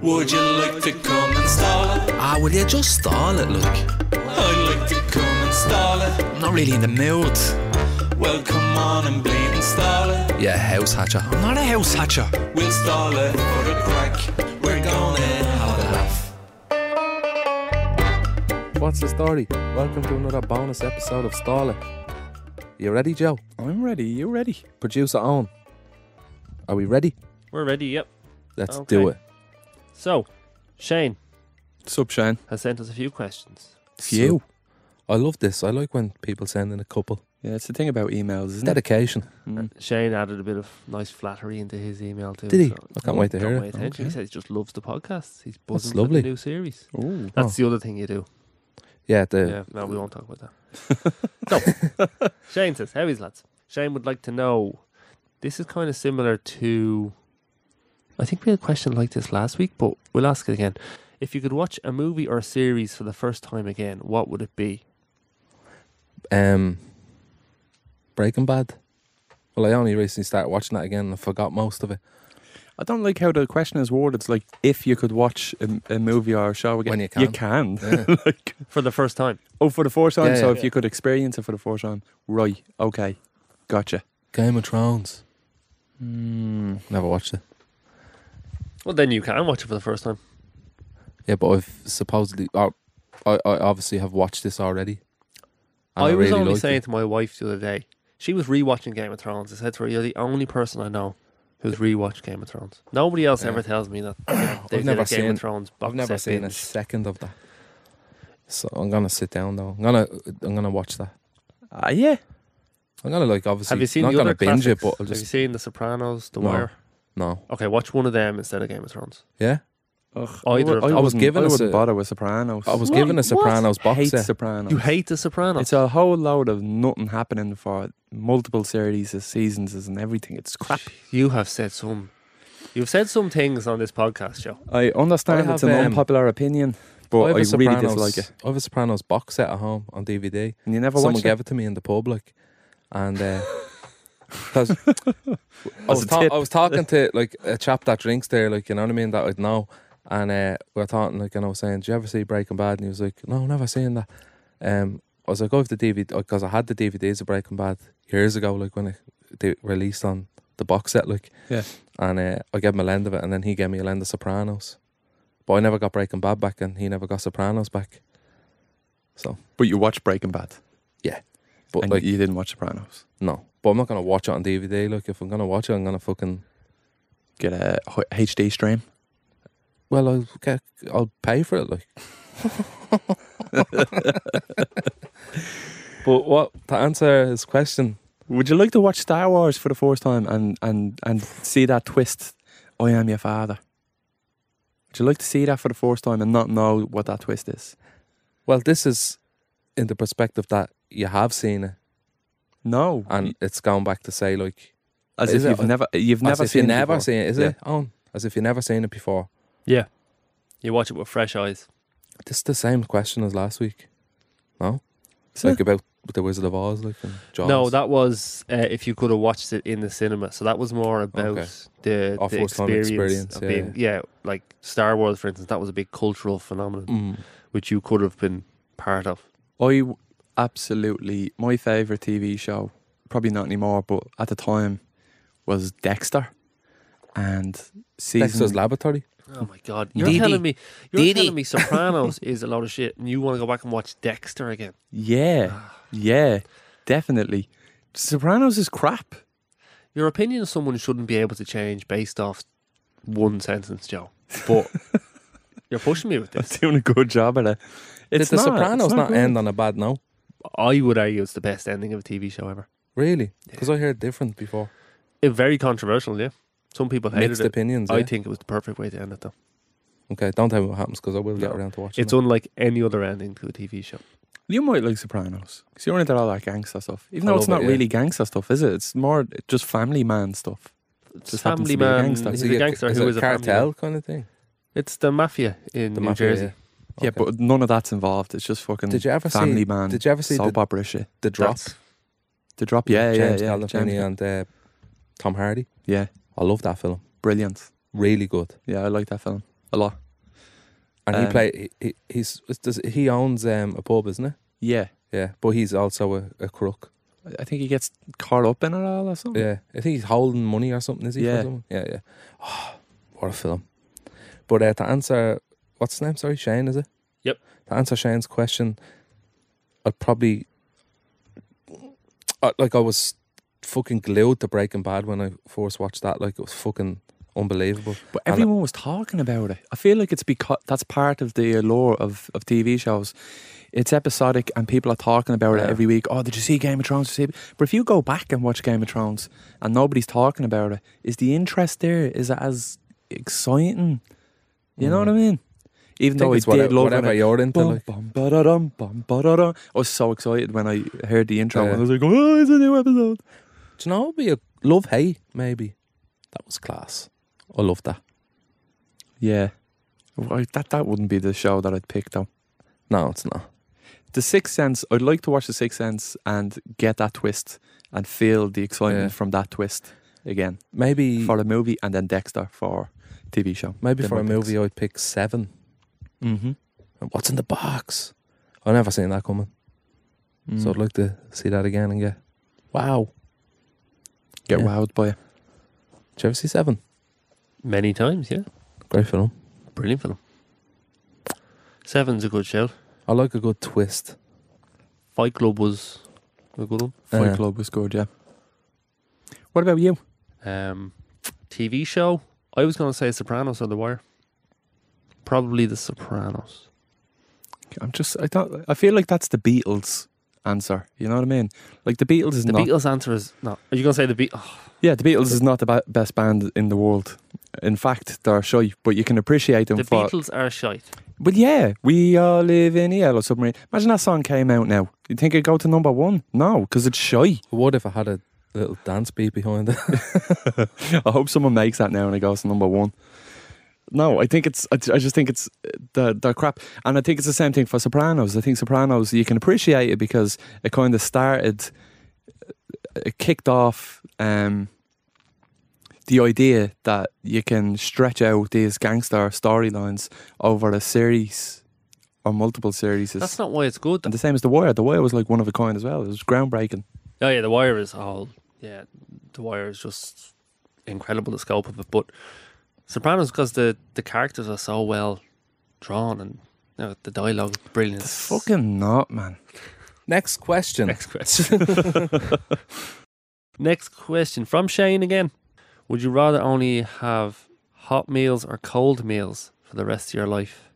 Would you like to come and stall it? Ah, will you just stall it, look? I'd like to come and stall it. I'm not really in the mood. Well, come on and bleed and stall it. Yeah, house hatcher. I'm not a house hatcher. We'll stall it for the crack. We're gonna have a laugh. What's the story? Welcome to another bonus episode of Stall It. You ready, Joe? I'm ready. You ready? Producer on. Are we ready? We're ready, yep. Let's Okay. do it. So, Shane Sup, Shane? has sent us a few questions. So, I love this. I like when people send in a couple. Yeah, it's the thing about emails, isn't it? Dedication. uh, Shane added a bit of nice flattery into his email too. Mm. Did he? so- I can't wait to Don't hear pay it. attention. He Okay. says he just loves the podcast. He's buzzing lovely. Oh. for the new series. Ooh. That's the other thing you do. Yeah, Yeah. the no, we won't talk about that. no. Shane says, "How is lads?" Shane would like to know. This is kind of similar to. I think we had a question like this last week, but we'll ask it again. If you could watch a movie or series for the first time again, what would it be? um Breaking Bad. Well, I only recently started watching that again and I forgot most of it. I don't like how the question is worded. It's like if you could watch a, a movie or a show again. When you You can. can. Yeah. like, For the first time, oh, for the first time. Yeah, so yeah. if you could experience it for the first time, right? Okay, gotcha. Game of Thrones. Hmm. Never watched it. well, then you can watch it for the first time. Yeah, but I've supposedly, I, I, I obviously have watched this already. And I was really only liked it. saying to my wife the other day, she was rewatching Game of Thrones. I said to her, "You're the only person I know who's rewatched Game of Thrones. Nobody else ever tells me that they've never never seen Game seen- of Thrones. Box I've never set seen a binge. second of that. So I'm gonna sit down though. I'm gonna, I'm gonna watch that. Ah, yeah. I'm gonna like obviously. Have you seen Not the gonna other binge it, classics? but I'll Have you just seen The Sopranos, The No. Wire? no. Okay, watch one of them instead of Game of Thrones. Yeah, Ugh, Either of wou- them. I was wouldn't- given I us wouldn't a- bother with Sopranos. I was given a Sopranos box hate set. Sopranos. You hate The Sopranos. It's a whole load of nothing happening for multiple series, and seasons, and everything. It's crap. you have said some. You've said some things on this podcast, Joe. I understand I it's have, an um, unpopular opinion, I, but have I, a really Sopranos- dislike it. I have a Sopranos box set at home on DVD. And you never Someone watched it? gave it to me in the public, and uh, 'cause I, As was a ta- tip. I was talking to like a chap that drinks there, like you know what I mean, that I'd know, and uh, we were talking like, and I was saying, "Did you ever see Breaking Bad?" And he was like, "No, never seen that." Um, I was like, "I have the DVD because I had the DVDs of Breaking Bad years ago, like when it they released on the box set, like Yeah. and uh, I gave him a lend of it, and then he gave me a lend of Sopranos, but I never got Breaking Bad back, and he never got Sopranos back. But you watch Breaking Bad, But and like, you didn't watch Sopranos. No, but I'm not gonna watch it on DVD. Look, if I'm gonna watch it, I'm gonna fucking Get a H- HD stream. well, I'll get, I'll pay for it. Like, but what to answer his question? Would you like to watch Star Wars for the first time and and and see that twist? I am your father. Would you like to see that for the first time and not know what that twist is? Well, this is in the perspective that you have seen it, No, and it's gone back to say like, as is if it- you've never you've as never if seen you it never before. seen it, is Yeah. it? On as if you never seen it before. You watch it with fresh eyes. This is the same question as last week. No, it's Is it? like about the Wizard of Oz, like and Jaws. No, that was uh, if you could have watched it in the cinema. So that was more about Okay. the, Our the first-time experience, experience, of yeah, being, yeah. like Star Wars, for instance. That was a big cultural phenomenon Mm. which you could have been part of. I w- absolutely my favorite TV show, probably not anymore, but at the time was Dexter, and season Dexter's Laboratory. Oh my god! You're Dee Dee. telling me, you're Dee Dee. telling me, Sopranos is a lot of shit, and you want to go back and watch Dexter again? Ah. Ah, yeah, yeah, definitely. Sopranos is crap. Your opinion of someone shouldn't be able to change based off one sentence, Joe. But you're pushing me with this. doing a good job at it. Did It's the not, Sopranos it's not, good. end on a bad note? I would argue it's the best ending of a TV show ever. Really? Because I heard different before. It, very controversial, yeah. Some people hated Mixed it. opinions. I yeah? think it was the perfect way to end it, though. okay, don't tell me what happens because I will get No. around to watching It's it. unlike any other ending to a TV show. You might like Sopranos because you're into all that gangster stuff. Even I though it's love not it, yeah. really gangster stuff, is it? It's more just family man stuff. It's Just happens family to be a man. gangster. He's Is it a gangster is who it is a family cartel man. kind of thing. It's the mafia in The New mafia, Jersey. um, yeah. Yeah, Okay. but none of that's involved. It's just fucking did you ever family see? man Did you ever see soap the, opera shit. the drop? That's- The drop, yeah, yeah, James yeah. Gandolfini James- and uh, Tom Hardy. yeah, I love that film. brilliant. Really good. Yeah, I like that film. a lot. And he Um, play he, he he's does he owns um, a pub, isn't it? Yeah, Yeah, but he's also a, a crook. I- I think he gets caught up in it all or something. Yeah, I think he's holding money or something. Is he? for Yeah. someone? yeah, yeah. what a film! But uh, to answer what's his name? Sorry, Shane, is it? Yep. To answer Shane's question, I'd probably I, like I was fucking glued to Breaking Bad when I first watched that. Like it was fucking unbelievable. But And- everyone was talking about it. I feel like it's because that's part of the allure of, of TV shows. It's episodic, and people are talking about Yeah. it every week. Oh, did you see Game of Thrones? Did you see? But if you go back and watch Game of Thrones, and nobody's talking about it, is the interest there? Is it as exciting? You know what I mean? Even I though Mm. think I it's did whatever, love whatever it. you're into. Bum, like, bum, ba-da-dum, bum, ba-da-dum. I was so excited when I heard the intro. Yeah. And I was like, "Oh, it's a new episode!" do you know? what would Be a love hate maybe. That was class. I loved that. Yeah, Well, that that wouldn't be the show that I'd pick though. No, it's not. The Sixth Sense, I'd like to watch The Sixth Sense and get that twist and feel the excitement Yeah. E from that twist again Maybe for a movie and then Dexter for TV show. maybe for a movie I'd pick Seven. Mm-hmm. And What's in the box? I've never seen that coming. Mm. So I'd like to see that again and get wow. get yeah. wowed by it. Did you ever see Seven? Many times, yeah. Great film. Brilliant film. Seven's a good shout. I like a good twist. Fight Club was a good one. Fight Uh, Club was good, yeah. What about you? Um, TV show. I was going to say Sopranos or The Wire. Probably The Sopranos. I'm just, I don't, I feel like that's the Beatles answer. You know what I mean? Like the Beatles is The not, Beatles answer is no. Are you going to say the oh, Beatles? yeah, the Beatles is not the ba- best band in the world. In fact, they're shy, but you can appreciate them the for Beatles are shite. But yeah, we all live in a yellow submarine. Imagine that song came out now. You think it'd go to number one? No, because it's shy. I would if I had a little dance beat behind it. I hope someone makes that now and it goes to number one. No, I think it's. I I just think it's uh, the the crap, and I think it's the same thing for Sopranos. I think Sopranos you can appreciate it because it kind of started, uh, it kicked off um, the idea that you can stretch out these gangster storylines over a series or multiple series. That's not why it's good. And the same as The Wire. The Wire was like one of a kind as well. It was groundbreaking. Oh yeah, The Wire is all yeah. The Wire is just incredible the scope of it, but Sopranos because the the characters are so well drawn and you know, the dialogue is brilliant. Fucking not, man. Next question. next question. next question from Shane again. Would you rather only have hot meals or cold meals for the rest of your life?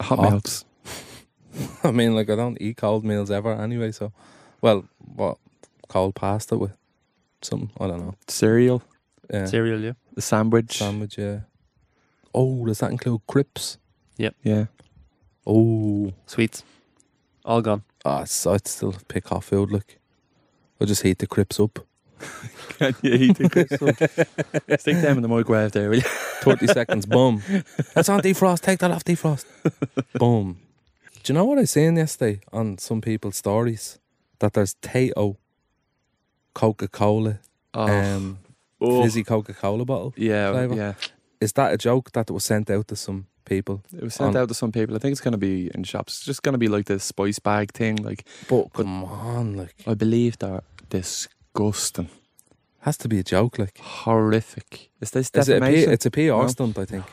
Hot Hot. melts. I mean, like I don't eat cold meals ever anyway. So, well, what cold pasta with something? I don't know. Cereal. Yeah, Cereal, yeah. The sandwich. sandwich. Yeah. Oh, does that include crisps? yeah. Oh, Sweets, all gone. ah, it's- I'd still pick hot food. Look, I just heat the crisps up. Can you eat the crisps? Stick them in the microwave there, will you? 30 seconds, boom. That's on defrost, take that off defrost. boom. Do you know what I seen yesterday on some people's stories? That there's Tato Coca Cola, Ah. um, fizzy Coca Cola bottle. Oh. yeah, flavour. yeah. Is that a joke that was sent out to some people? It was sent Um, out to some people. I think it's going to be in shops. It's just going to be like this spice bag thing. Like, But come on, like, I believe they're disgusting. has to be a joke, like. Horrific. Is this Is it a P- defamation? it's a PR No. stunt, I think.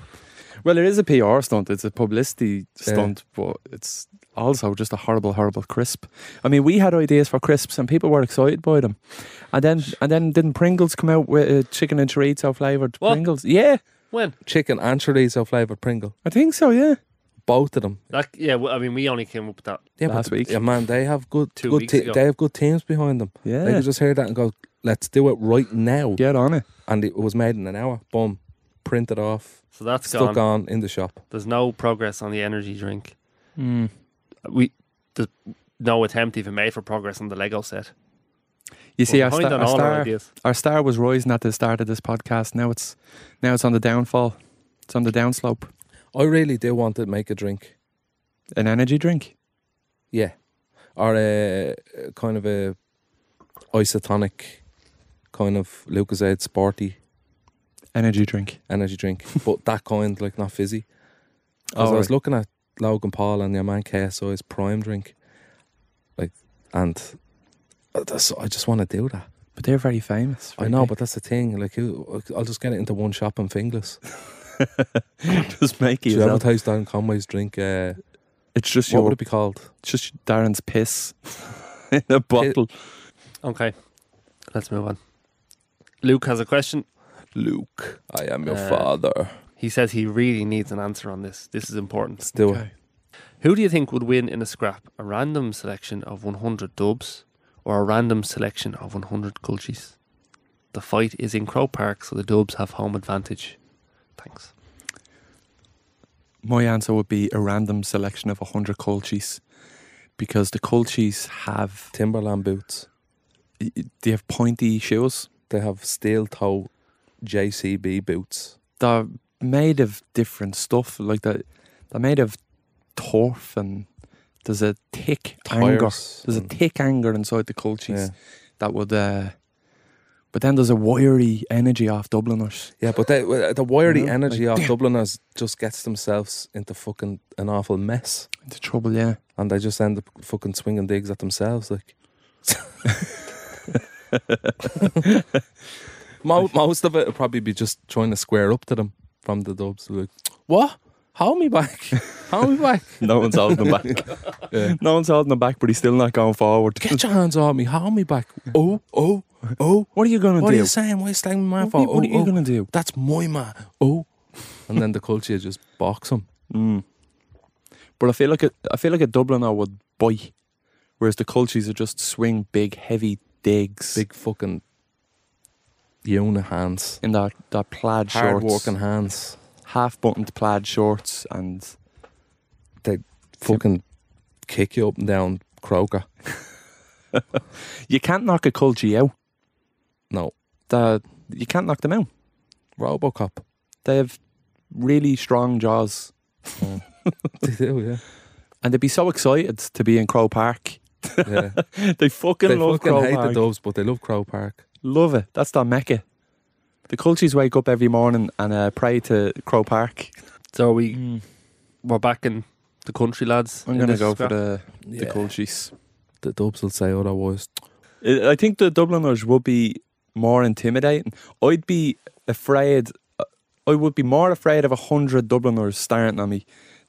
well, it is a PR stunt. It's a publicity Yeah. stunt, but it's also just a horrible, horrible crisp. I mean, we had ideas for crisps, and people were excited by them. And then, and then, didn't Pringles come out with uh, chicken and chorizo flavored What? Pringles? Yeah, When Chicken and chorizo flavored Pringle. I think so. Yeah, Both of them. that yeah, well, I mean we only came up with that. Yeah, but Last week. Yeah, man, they have good, Two good weeks te- ago. they have good teams behind them. yeah. They could just hear that and go, let's do it right now. Get on it. and it was made in an hour. Boom, printed off, So that's stuck gone. on in the shop. There's no progress on the energy drink. Hmm. We there's no attempt even made for progress on the Lego set. You see, We're our, behind sta- on our all our star, ideas. our star was rising at the start of this podcast. Now it's, now it's on the downfall. It's on the downslope. I really do want to make a drink. An energy drink. Yeah, or a a kind of a isotonic, kind of Lucasade sporty energy drink. energy drink, but that kind, like not fizzy. Oh, 'Cause I was looking at Logan Paul and your man KSI's prime drink, like, and that's, I just want to do that. but they're very famous. I know, but that's the thing. Like, you- I'll just get it into one shop in Finglas. just make Do it. you yourself. advertise Dan Conway's drink? Uh, It's just what would your, it be called? it's just Darren's piss in a bottle. Okay, let's move on. Luke has a question. Luke, I am your Uh, father. He says he really needs an answer on this. This is important. Let's do Okay. it. Who do you think would win in a scrap? A random selection of 100 dubs or a random selection of 100 gulchies? The fight is in Crow Park, so the dubs have home advantage. Thanks. My answer would be a random selection of 100 colchis because the colchis have Timberland boots. they have pointy shoes. They have steel toe JCB boots. They're made of different stuff. Like they're, they're made of turf and there's a thick anger. Tires There's a and- thick anger inside the colchis yeah. that would. Uh, but then there's a wiry energy off Dubliners. Yeah, but they, well, the wiry Yeah, energy like, of damn. Dubliners just gets themselves into fucking an awful mess, It's a trouble, yeah. and they just end up fucking swinging digs at themselves. Like Mo- most of it would probably be just trying to square up to them from the dubs. Like, what? Hold me back! Hold me back! No one's holding him back. Yeah. No one's holding him back, but he's still not going forward. Get your hands off me! Hold me back! Oh, oh, oh! What are you going to do? What are you saying? Why are you slagging my What man for? are you- what are Oh, you oh. going to do? that's my man. Oh. And then the culture just box him. Mm. But I feel like a, I feel like a Dubliner would bite, whereas the Colchis would just swing big, heavy digs Big fucking unit hands. in their, their plaid Hard shorts, working hands. half buttoned plaid shorts, and Fucking kick you up and down croaker. you can't knock a Colchi out. No. The, you can't knock them out. Robocop. They have really strong jaws, They do, yeah. and they'd be so excited to be in Crow Park. yeah. They fucking they love fucking Crow hate Park. the doves, but they love Crow Park. Love it. That's their mecca. The Colchis wake up every morning and uh, pray to Crow Park. So are we Mm. we're back in the country, lads. I'm in gonna this go scrap. for the Yeah. the Colchis. The doves will say otherwise. I I think the Dubliners would be more intimidating. I'd be afraid. uh, I would be more afraid of a hundred Dubliners starting on me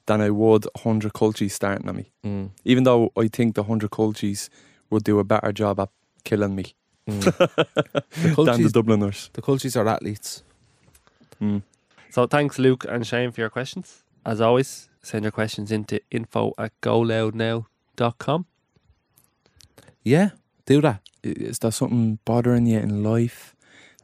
than I would a hundred Colchis starting on me. Mm. Even though I think the hundred Colchis would do a better job at killing me Mm. the, than the cultures, Dubliners. the cultures are athletes. Mm. So thanks, Luke and Shane, for your questions. As always, send your questions into info at goloudnow.com. Yeah, do that. I- Is there something bothering you in life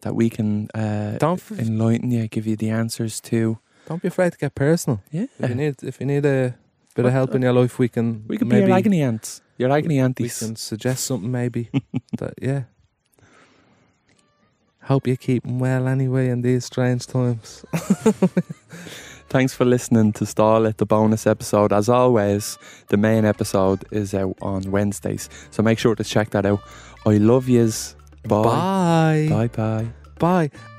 that we can uh, Don't f- enlighten you, give you the answers to? don't be afraid to get personal. Yeah, If you need if you need a bit of help in your life, we can Eh. uh, we could be maybe your agony ants. Your agony we aunties. can suggest something maybe that yeah hope you're keeping well anyway in these strange times Thanks for listening to Starlet, the bonus episode. As always, the main episode is out on Wednesdays, so make sure to check that out. I love yous. Bye. Bye bye bye. bye